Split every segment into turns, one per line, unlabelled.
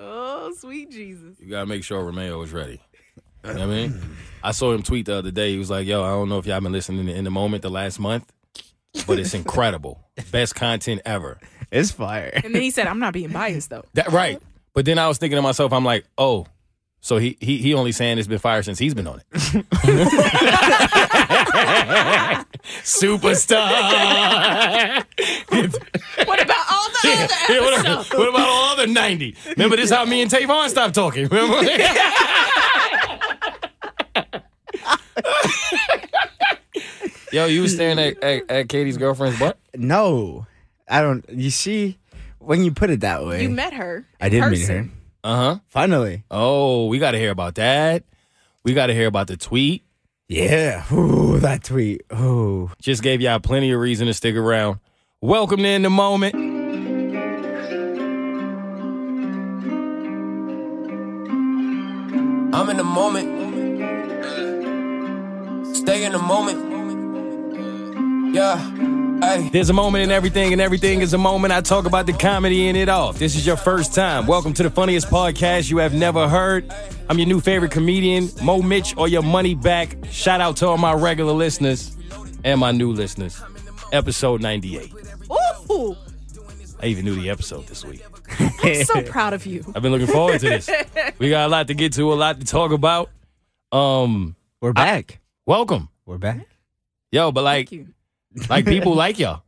Oh, sweet Jesus.
You gotta make sure Romeo is ready. You know what I mean? I saw him tweet the other day. He was like, "Yo, I don't know if y'all been listening to in the moment the last month, but it's incredible, best content ever."
It's fire.
And then he said, I'm not being biased though.
That right. But then I was thinking to myself, I'm like, "Oh, so he he he only saying it's been fire since he's been on it." Superstar.
What about all the other
Yeah, what,
episodes?
about, what about all the 90? Remember this how me and Tavon stopped talking. Remember? Yo, you was staring at, at, at Katie's girlfriend's butt?
No, I don't. You see, when you put it that way,
You met her.
I did meet her.
person.
Uh-huh.
Finally.
Oh, we gotta hear about that. We gotta hear about the tweet.
Yeah. Ooh, that tweet. Ooh.
Just gave y'all plenty of reason to stick around. Welcome to In the Moment.
I'm in the moment. Stay in the moment. Yeah. Hey.
There's a moment in everything, and everything is a moment. I talk about the comedy in it all. If This is your first time. Welcome to the funniest podcast you have never heard. I'm your new favorite comedian, Mo Mitch, or your money back. Shout out to all my regular listeners and my new listeners. Episode 98.
Ooh,
I even knew the episode this week.
I'm so proud of you.
I've been looking forward to this. We got a lot to get to, a lot to talk about. Um,
We're back.
welcome,
We're back.
yo. But like,
Thank you.
like people like y'all.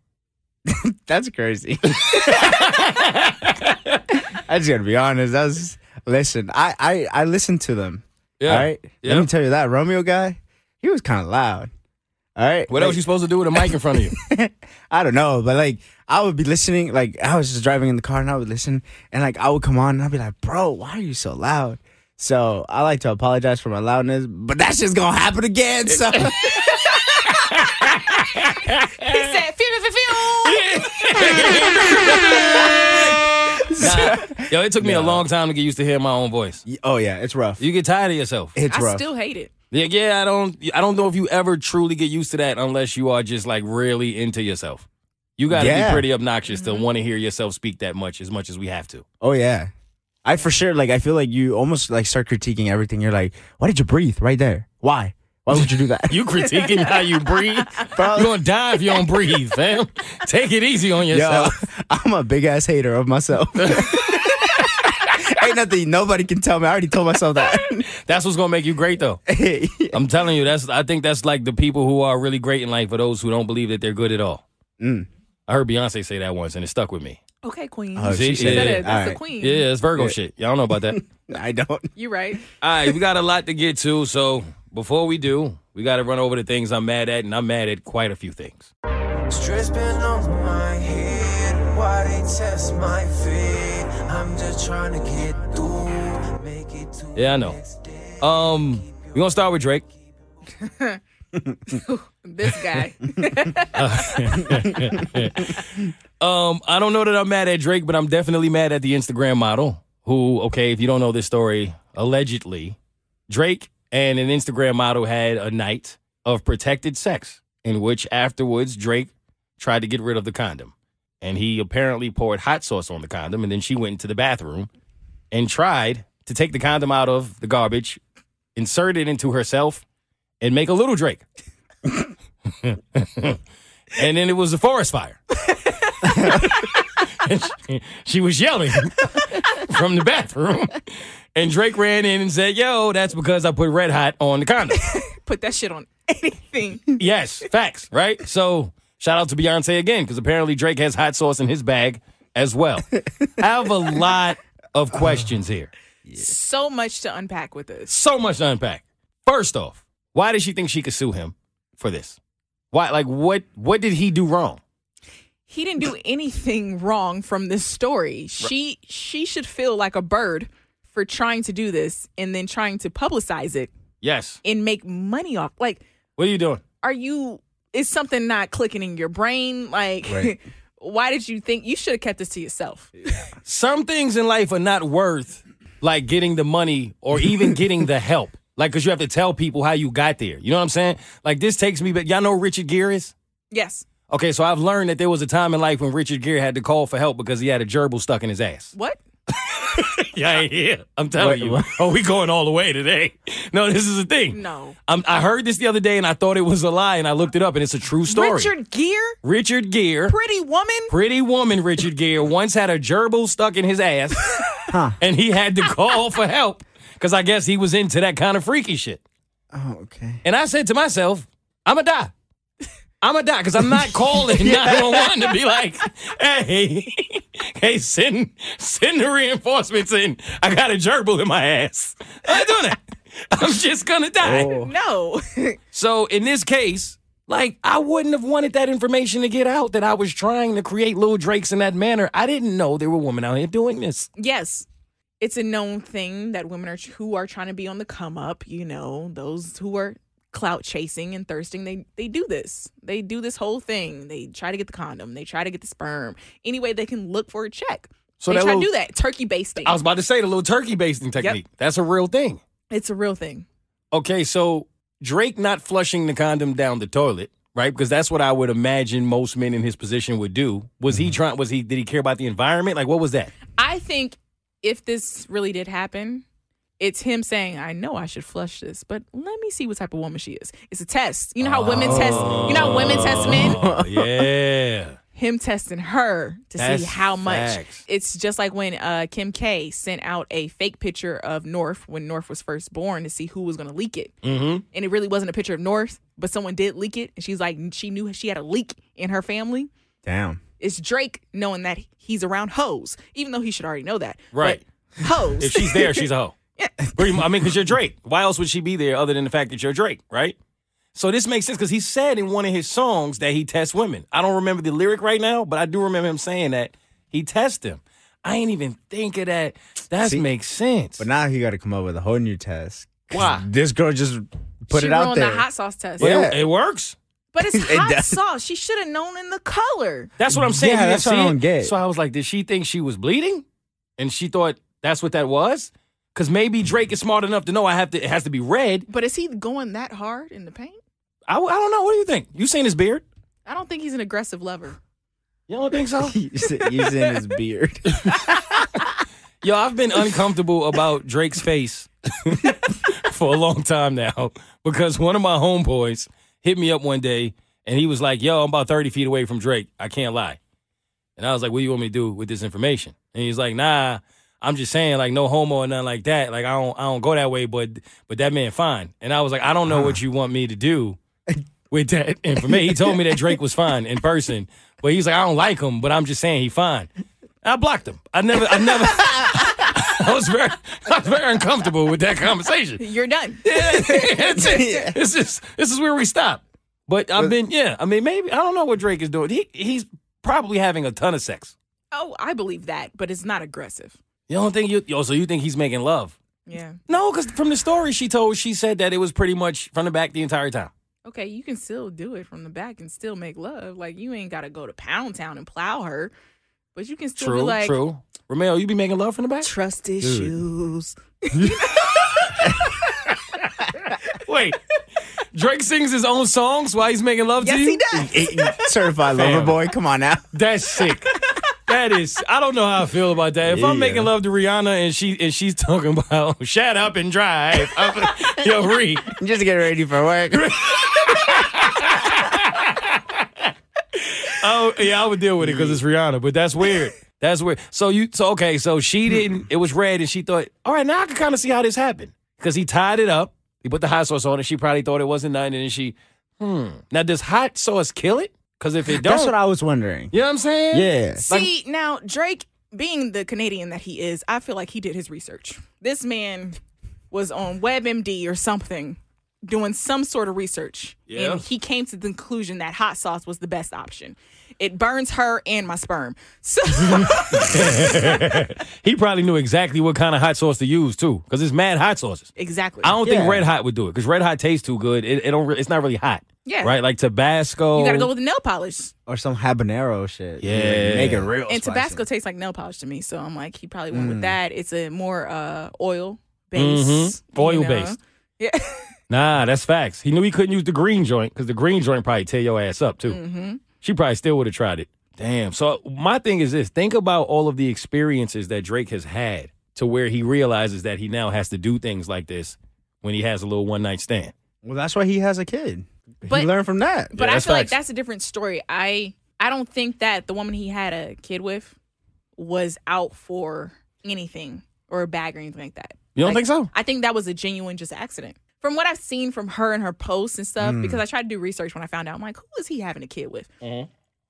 That's crazy. I just gotta be honest. That's listen. I I I listened to them.
Yeah.
All right.
Yeah.
Let me tell you that Romeo guy, he was kind of loud. All right.
What else you supposed to do with a mic in front of you?
I don't know, but like I would be listening, like I was just driving in the car and I would listen, and like I would come on and I'd be like, "Bro, why are you so loud?" So I like to apologize for my loudness, but that's just gonna happen again. So
He said, "Phew, phew, phew, phew."
Nah. Yo, it took me a long time to get used to hearing my own voice.
oh yeah, it's rough.
You get tired of yourself.
It's
I
rough.
still hate it.
Yeah, yeah, I don't I don't know if you ever truly get used to that unless you are just like really into yourself. You got to
Yeah.
be pretty obnoxious to want to hear yourself speak that much as much as we have to.
oh yeah, I for sure. Like I feel like you almost like start critiquing everything. You're like, "Why did you breathe right there? Why? Why would you do that?"
You critiquing how you breathe? You're going to die if you don't breathe, fam. Take it easy on
Yo,
yourself.
I'm a big ass hater of myself. Ain't nothing nobody can tell me. I already told myself that.
That's what's going to make you great though. I'm telling you, that's I think that's like the people who are really great in life for those who don't believe that they're good at all.
Mm.
I heard Beyonce say that once and it stuck with me.
Okay, queen.
Oh,
See,
she
She
said
said
yeah.
it.
All
That's the
right.
queen.
Yeah, it's Virgo shit. Y'all know about that.
I don't.
You're right.
All right, we got a lot to get to. So before we do, we got to run over the things I'm mad at, and I'm mad at quite a few things.
Stress been on my head. Why they test my feet? I'm just trying to get through. Make it to
Yeah, I
the
know.
next day.
Um, we gonna start with Drake.
This guy.
Um, I don't know that I'm mad at Drake, but I'm definitely mad at the Instagram model who, okay, if you don't know this story, allegedly, Drake and an Instagram model had a night of protected sex in which afterwards Drake tried to get rid of the condom. And he apparently poured hot sauce on the condom, and then she went into the bathroom and tried to take the condom out of the garbage, insert it into herself, and make a little Drake. and then it was a forest fire. And she, she was yelling from the bathroom. And Drake ran in and said, Yo, that's because I put red hot on the condom.
Put that shit on anything.
yes, facts, right? So shout out to Beyonce again, because apparently Drake has hot sauce in his bag as well. I have a lot of questions here.
So much to unpack with us.
So much to unpack. First off, why did she think she could sue him for this? Why like what what did he do wrong?
He didn't do anything wrong from this story. She she should feel like a bird for trying to do this and then trying to publicize it
Yes.
and make money off. Like,
What are you doing?
are you? Is something not clicking in your brain? Like,
Right.
why did you think you should have kept this to yourself?
Some things in life are not worth like getting the money or even getting the help. Like, cause you have to tell people how you got there. You know what I'm saying? Like, this takes me back. Y'all know who Richard Gere is?
Yes.
Okay, so I've learned that there was a time in life when Richard Gere had to call for help because he had a gerbil stuck in his ass.
What?
Yeah, I hear. I'm telling
Wait,
you.
what?
Oh, we going all the way today. No, this is the thing.
No.
I'm, I heard this the other day and I thought it was a lie and I looked it up and it's a true story.
Richard Gere,
Richard Gere,
Pretty Woman.
pretty woman Richard Gere, once had a gerbil stuck in his ass and he had to call for help because I guess he was into that kind of freaky shit.
Oh, okay.
And I said to myself, I'm going to die. I'm going to die because I'm not calling 911 to be like, hey, hey, send, send the reinforcements in. I got a gerbil in my ass. I'm not doing that. I'm just going to die.
No.
So in this case, like, I wouldn't have wanted that information to get out that I was trying to create little Drakes in that manner. I didn't know there were women out here doing this.
yes. It's a known thing that women are who are trying to be on the come up, you know, those who are clout chasing and thirsting, they they do this. They do this whole thing. They try to get the condom, they try to get the sperm. Any way they can look for a check.
So
they
that
try
little-
to do that. Turkey basting.
I was about to say the little turkey basting technique. That's a real thing.
it's a real thing.
Okay, so Drake not flushing the condom down the toilet, right? Because that's what I would imagine most men in his position would do. Was
Mm-hmm.
he trying? Was he? Did he care about the environment? Like, what was that?
I think if this really did happen, it's him saying, I know I should flush this, but let me see what type of woman she is. It's a test. You know how women test you know how women test men?
Oh, yeah.
Him testing her to
That's
see how much.
facts.
It's just like when uh, Kim K sent out a fake picture of North when North was first born to see who was gonna leak it.
Mm-hmm.
And it really wasn't a picture of North, but someone did leak it and she's like she knew she had a leak in her family.
Damn.
It's Drake knowing that he's around hoes, even though he should already know that.
Right.
But hoes.
If she's there, she's a hoe. Pretty mu- I mean, because you're Drake. Why else would she be there other than the fact that you're Drake, right? So this makes sense because he said in one of his songs that he tests women. I don't remember the lyric right now, but I do remember him saying that he tests them. I ain't even think of that. That
See?
makes sense.
But now he got to come up with a whole new test. 'Cause
Why?
This girl just
Ah.
put
she
it out
ruined
there.
the hot sauce test.
But it-
Yeah.
it, works.
But it's
It
hot
does.
sauce. She should have known in the color.
That's what I'm saying.
Yeah,
You
that's
didn't
what I
see
don't
it?
get.
So I was like, did she think she was bleeding? And she thought that's what that was? Because maybe Drake is smart enough to know I have to. It has to be red.
But is he going that hard in the paint?
I, w- I don't know. What do you think? You seen his beard?
I don't think he's an aggressive lover.
You don't think so?
Using his beard.
Yo, I've been uncomfortable about Drake's face for a long time now because one of my homeboys hit me up one day and he was like, Yo, I'm about 30 feet away from Drake. I can't lie. And I was like, What do you want me to do with this information? And he's like, Nah, I'm just saying, like, no homo or nothing like that. Like, I don't I don't go that way, but but that man fine. And I was like, I don't know what you want me to do with that information. He told me that Drake was fine in person, but he's like, I don't like him, but I'm just saying he fine. I blocked him. I never, I never, I was very, I was very uncomfortable with that conversation.
You're done.
That's it. This is this is where we stop. But I've been, yeah. I mean, maybe I don't know what Drake is doing. He he's probably having a ton of sex.
Oh, I believe that, but it's not aggressive.
You don't think you? Yo, so you think he's making love?
Yeah.
No, because from the story she told, she said that it was pretty much from the back the entire time.
Okay, you can still do it from the back and still make love. Like you ain't gotta go to Pound Town and plow her, but you can still be
True,
like
true. Romeo, you be making love from the back?
trust issues.
Wait, Drake sings his own songs while he's making love
Yes,
to you?
he does.
Certified lover
Fam.
boy. Come on now.
That's sick. That is, I don't know how I feel about that. If I'm
Yeah.
making love to Rihanna and she and she's talking about shut up and drive, I'm- yo, Ree,
Just get ready for work.
oh yeah, I would deal with it because it's Rihanna, but that's weird. That's weird. So you, so okay, so she
Hmm.
didn't. It was red, and she thought, all right, now I can kind of see how this happened because he tied it up. He put the hot sauce on it. She probably thought it wasn't nothing, and then she, hmm. Now does hot sauce kill it? Because if it don't,
That's what I was wondering.
you know what I'm saying?
Yeah.
See, now Drake, being the Canadian that he is, I feel like he did his research. This man was on WebMD or something doing some sort of research.
Yeah.
And he came to the conclusion that hot sauce was the best option. It burns her and my sperm. So
He probably knew exactly what kind of hot sauce to use too, because it's mad hot sauces.
exactly.
I don't
Yeah.
think red hot would do it because red hot tastes too good. It, it don't. re- It's not really hot.
Yeah.
Right. Oh. Like Tabasco.
you gotta go with the nail polish.
or some habanero shit. You
Yeah.
make it
Oh,
real.
and
spicy.
Tabasco tastes like nail polish to me, so I'm like, he probably went
Mm.
with that. It's a more uh, oil based,
Mhm.
you
Oil
know?
based.
Yeah,
Nah, that's facts. He knew he couldn't use the green joint because the green joint probably tear your ass up too.
Mm-hmm.
She probably still would have tried it. Damn. So my thing is this: think about all of the experiences that Drake has had to where he realizes that he now has to do things like this when he has a little one night stand.
Well, that's why he has a kid.
But-
he learned from that.
but I
that's
feel like
facts.
that's a different story. I I don't think that the woman he had a kid with was out for anything or a bag or anything like that.
You don't
Like,
think so?
I think that was a genuine just accident. From what I've seen from her and her posts and stuff,
Hmm.
because I tried to do research when I found out, I'm like, who is he having a kid with?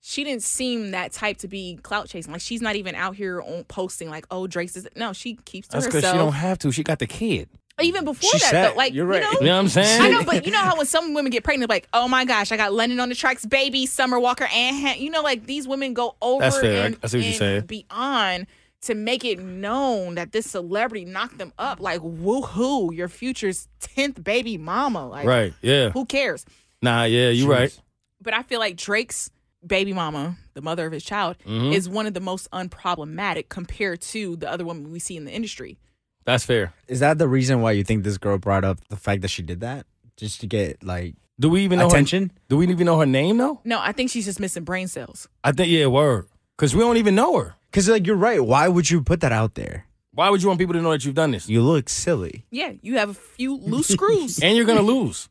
She didn't seem that type to be clout chasing. Like she's not even out here on posting like, oh, Drake's is no. She keeps to
That's because she don't
herself.
have to. She got the kid.
even before
She
that,
said,
though, like
you're
you
right.
know,
You know what I'm saying?
I know, but you know how when some women get pregnant, like, oh my gosh, I got London on the tracks, baby, Summer Walker, and Han-. you know, like these women go over
That's fair. I-
and,
I see what you're
and
saying.
beyond to make it known that this celebrity knocked them up. Like, woohoo, your future's tenth baby mama. Like,
Right. Yeah.
who cares?
Nah. Yeah. You right.
But I feel like Drake's baby mama, the mother of his child,
Mm-hmm.
is one of the most unproblematic compared to the other women we see in the industry.
That's fair.
Is that the reason why you think this girl brought up the fact that she did that? Just to get like
Do we even know
attention?
Her, do we even know her name though?
No, I think she's just missing brain cells.
I think yeah. Word. Because we don't even know her.
Because like you're right. Why would you put that out there?
Why would you want people to know that you've done this?
You look silly.
Yeah, you have a few loose screws.
and you're gonna lose.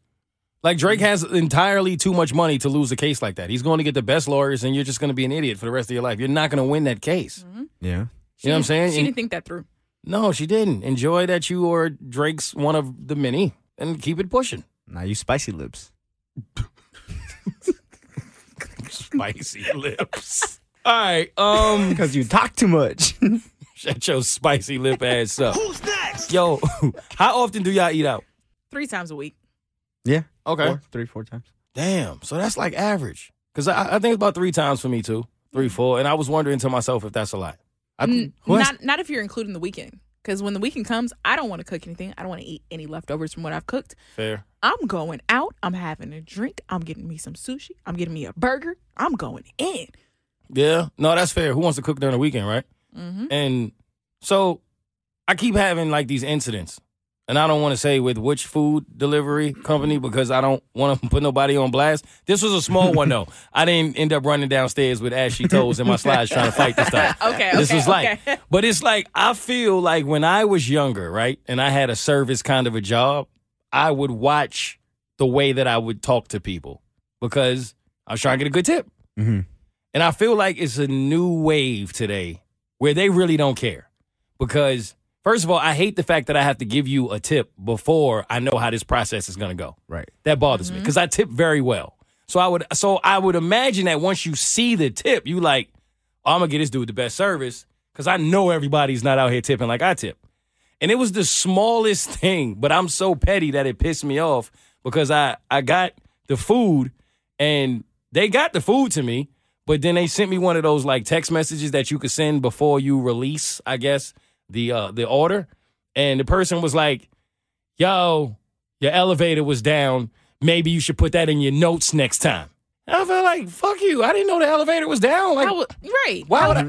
Like Drake has entirely too much money to lose a case like that. He's going to get the best lawyers, and you're just going to be an idiot for the rest of your life. You're not going to win that case. You
Yeah.
know what I'm
She-
saying?
She
And-
didn't think that through.
no, she didn't. Enjoy that you are Drake's one of the many, and keep it pushing.
Now you spicy lips.
Spicy lips. All right, um,
Because you talk too much.
shut your spicy lip ass up. Who's next? Yo, how often do y'all eat out?
Three times a week.
yeah.
Okay.
Four, three, four times.
Damn. So that's like average. Because I, I think it's about three times for me too, three, four. And I was wondering to myself if that's a lot. I,
N-
who has-
not not if you're including the weekend. Because when the weekend comes, I don't want to cook anything. I don't want to eat any leftovers from what I've cooked.
fair.
I'm going out. I'm having a drink. I'm getting me some sushi. I'm getting me a burger. I'm going in.
Yeah. No, that's fair. Who wants to cook during the weekend, right? And so I keep having like these incidents. And I don't want to say with which food delivery company because I don't want to put nobody on blast. This was a small one though. I didn't end up running downstairs with ashy toes in my slides trying to fight this stuff.
Okay,
This
okay,
was like,
okay.
but it's like I feel like when I was younger, right, and I had a service kind of a job, I would watch the way that I would talk to people because I was trying to get a good tip.
Mhm.
And I feel like it's a new wave today where they really don't care. Because, first of all, I hate the fact that I have to give you a tip before I know how this process is going to go.
Right.
That bothers
Mm-hmm.
me because I tip very well. So I would so I would imagine that once you see the tip, you like, oh, I'm gonna get this dude the best service because I know everybody's not out here tipping like I tip. And it was the smallest thing, but I'm so petty that it pissed me off because I I got the food and they got the food to me, but then they sent me one of those like text messages that you could send before you release, I guess, the uh the order. And the person was like, yo, your elevator was down. Maybe you should put that in your notes next time. I felt like, fuck you. I didn't know the elevator was down. Like,
I would, right.
why would I,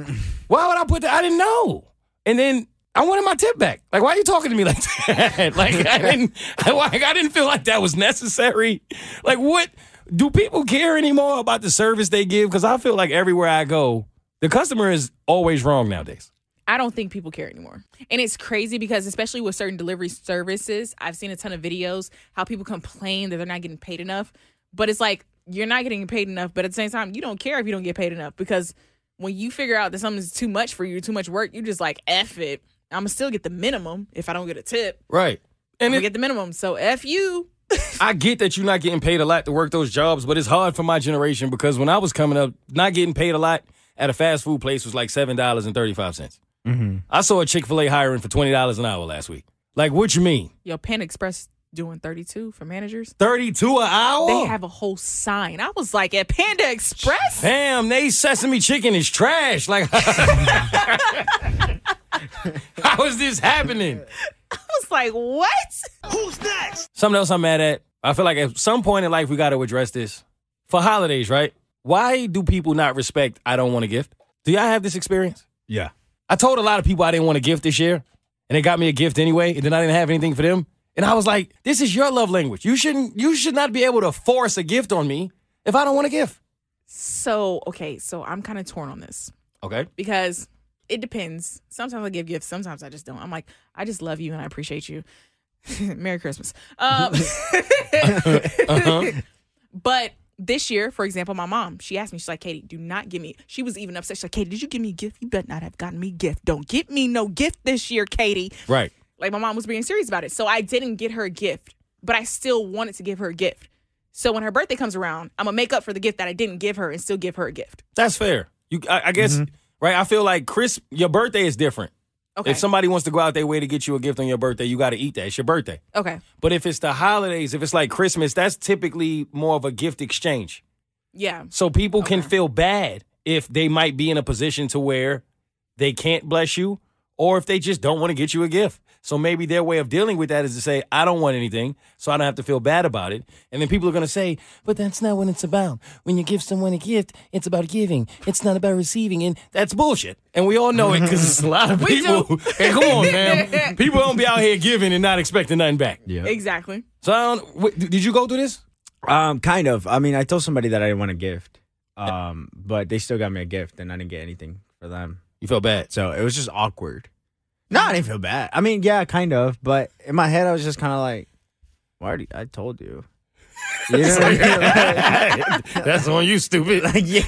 why would I put that? I didn't know. And then I wanted my tip back. Like, why are you talking to me like that? like, I didn't, I, like, I didn't feel like that was necessary. Like, what do people care anymore about the service they give? Because I feel like everywhere I go, the customer is always wrong nowadays.
I don't think people care anymore. And it's crazy because, especially with certain delivery services, I've seen a ton of videos how people complain that they're not getting paid enough. But it's like, you're not getting paid enough. But at the same time, you don't care if you don't get paid enough because when you figure out that something's too much for you, too much work, you just like, F it. I'm going to still get the minimum if I don't get a tip.
Right.
I'm
And
going
it,
to get the minimum. So F you.
I get that you're not getting paid a lot to work those jobs, but it's hard for my generation because when I was coming up, not getting paid a lot at a fast food place was like seven dollars and thirty five cents. I saw a Chick fil A hiring for twenty dollars an hour last week. Like, what you mean?
Yo, Pan Express doing 32 for managers.
32 an hour?
They have a whole sign. I was like, at Panda Express?
Damn, they sesame chicken is trash. Like, how is this happening?
I was like, what?
Something else I'm mad at. I feel like at some point in life we got to address this. For holidays, right? Why do people not respect I don't want a gift? Do y'all have this experience?
Yeah.
I told a lot of people I didn't want a gift this year, and they got me a gift anyway, and then I didn't have anything for them. And I was like, this is your love language. You shouldn't you should not be able to force a gift on me if I don't want a gift.
So, okay, so I'm kind of torn on this
Okay.
because it depends. Sometimes I give gifts, sometimes I just don't. I'm like, I just love you and I appreciate you. Merry Christmas. Um, But this year, for example, my mom, she asked me, she's like, Katie, do not give me. She was even upset. She's like, Katie, did you give me a gift? You better not have gotten me a gift. Don't get me no gift this year, Katie.
Right.
Like my mom was being serious about it. So I didn't get her a gift, but I still wanted to give her a gift. So when her birthday comes around, I'm gonna make up for the gift that I didn't give her and still give her a gift.
That's fair. You I, I guess right, I feel like Chris your birthday is different.
Okay.
If somebody wants to go out their way to get you a gift on your birthday, you got to eat that. It's your birthday.
okay.
But if it's the holidays, if it's like Christmas, that's typically more of a gift exchange.
Yeah.
So people can feel bad if they might be in a position to where they can't bless you or if they just don't want to get you a gift. So maybe their way of dealing with that is to say, I don't want anything, so I don't have to feel bad about it. And then people are going to say, but that's not what it's about. When you give someone a gift, it's about giving. It's not about receiving. And that's bullshit. And we all know it because a lot of people. Hey, come on, man. People don't be out here giving and not expecting nothing back.
Yeah.
Exactly.
So I don't, wait, did you go through this?
Um, kind of. I mean, I told somebody that I didn't want a gift, um, but they still got me a gift, and I didn't get anything for them.
You felt bad.
So it was just awkward. No, I didn't feel bad. I mean, yeah, kind of. But in my head, I was just kind of like, "Why? Well, I told you." You know what I mean?
That's on you, stupid.
Like, yeah.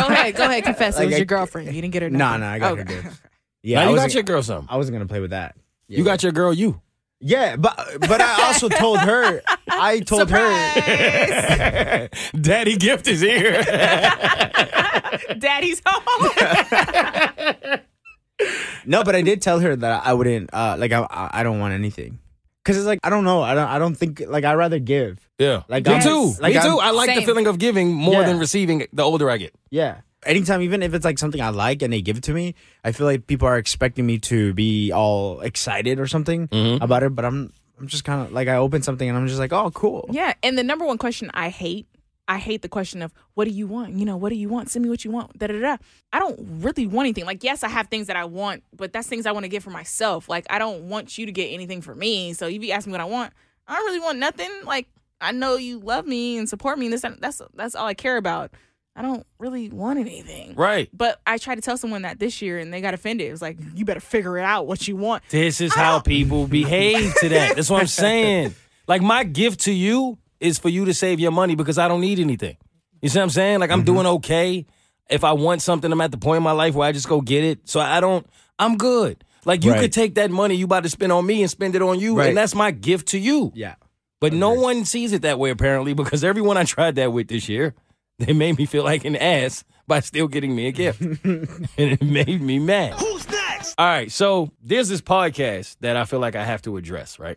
Go ahead. Go ahead. Confess.
Like
it was
I-
your girlfriend. You didn't get her.
No,
nothing.
no, I got
Okay.
her gift.
Now
Yeah, I
you
wasn't,
got your girl something.
I wasn't gonna play with that. Yeah.
You got your girl you.
yeah, but but I also told her. I told her.
Surprise!
Daddy gift is here.
Daddy's home.
No, but I did tell her that I wouldn't. Uh, like I, I I don't want anything. Cause it's like I don't know. I don't. I don't think. Like I would rather give.
Yeah.
Like,
me
I'm-
too.
like,
me
I'm-
too. I like the
Same.
feeling of giving more
Yeah.
than receiving the older I get.
Yeah. Anytime, even if it's like something I like and they give it to me, I feel like people are expecting me to be all excited or something about it. But I'm, I'm just kind of like I open something and I'm just like, oh, cool.
yeah. And the number one question I hate, I hate the question of what do you want? You know, what do you want? Send me what you want. Da da da. I don't really want anything. Like, yes, I have things that I want, but that's things I want to get for myself. Like, I don't want you to get anything for me. So if you ask me what I want, I don't really want nothing. Like, I know you love me and support me, and this that's that's all I care about. I don't really want anything.
Right.
But I tried to tell someone that this year, and they got offended. It was like, you better figure it out what you want.
This is how people behave to that. That's what I'm saying. Like my gift to you is for you to save your money because I don't need anything. You see what I'm saying? Like I'm
Mm-hmm.
doing okay. If I want something, I'm at the point in my life where I just go get it. So I don't. I'm good. Like you
Right.
could take that money you about to spend on me and spend it on you,
Right.
and that's my gift to you.
Yeah.
But no one sees it that way apparently because everyone I tried that with this year, they made me feel like an ass by still getting me a gift. and it made me mad. Who's next? All right, so there's this podcast that I feel like I have to address, right?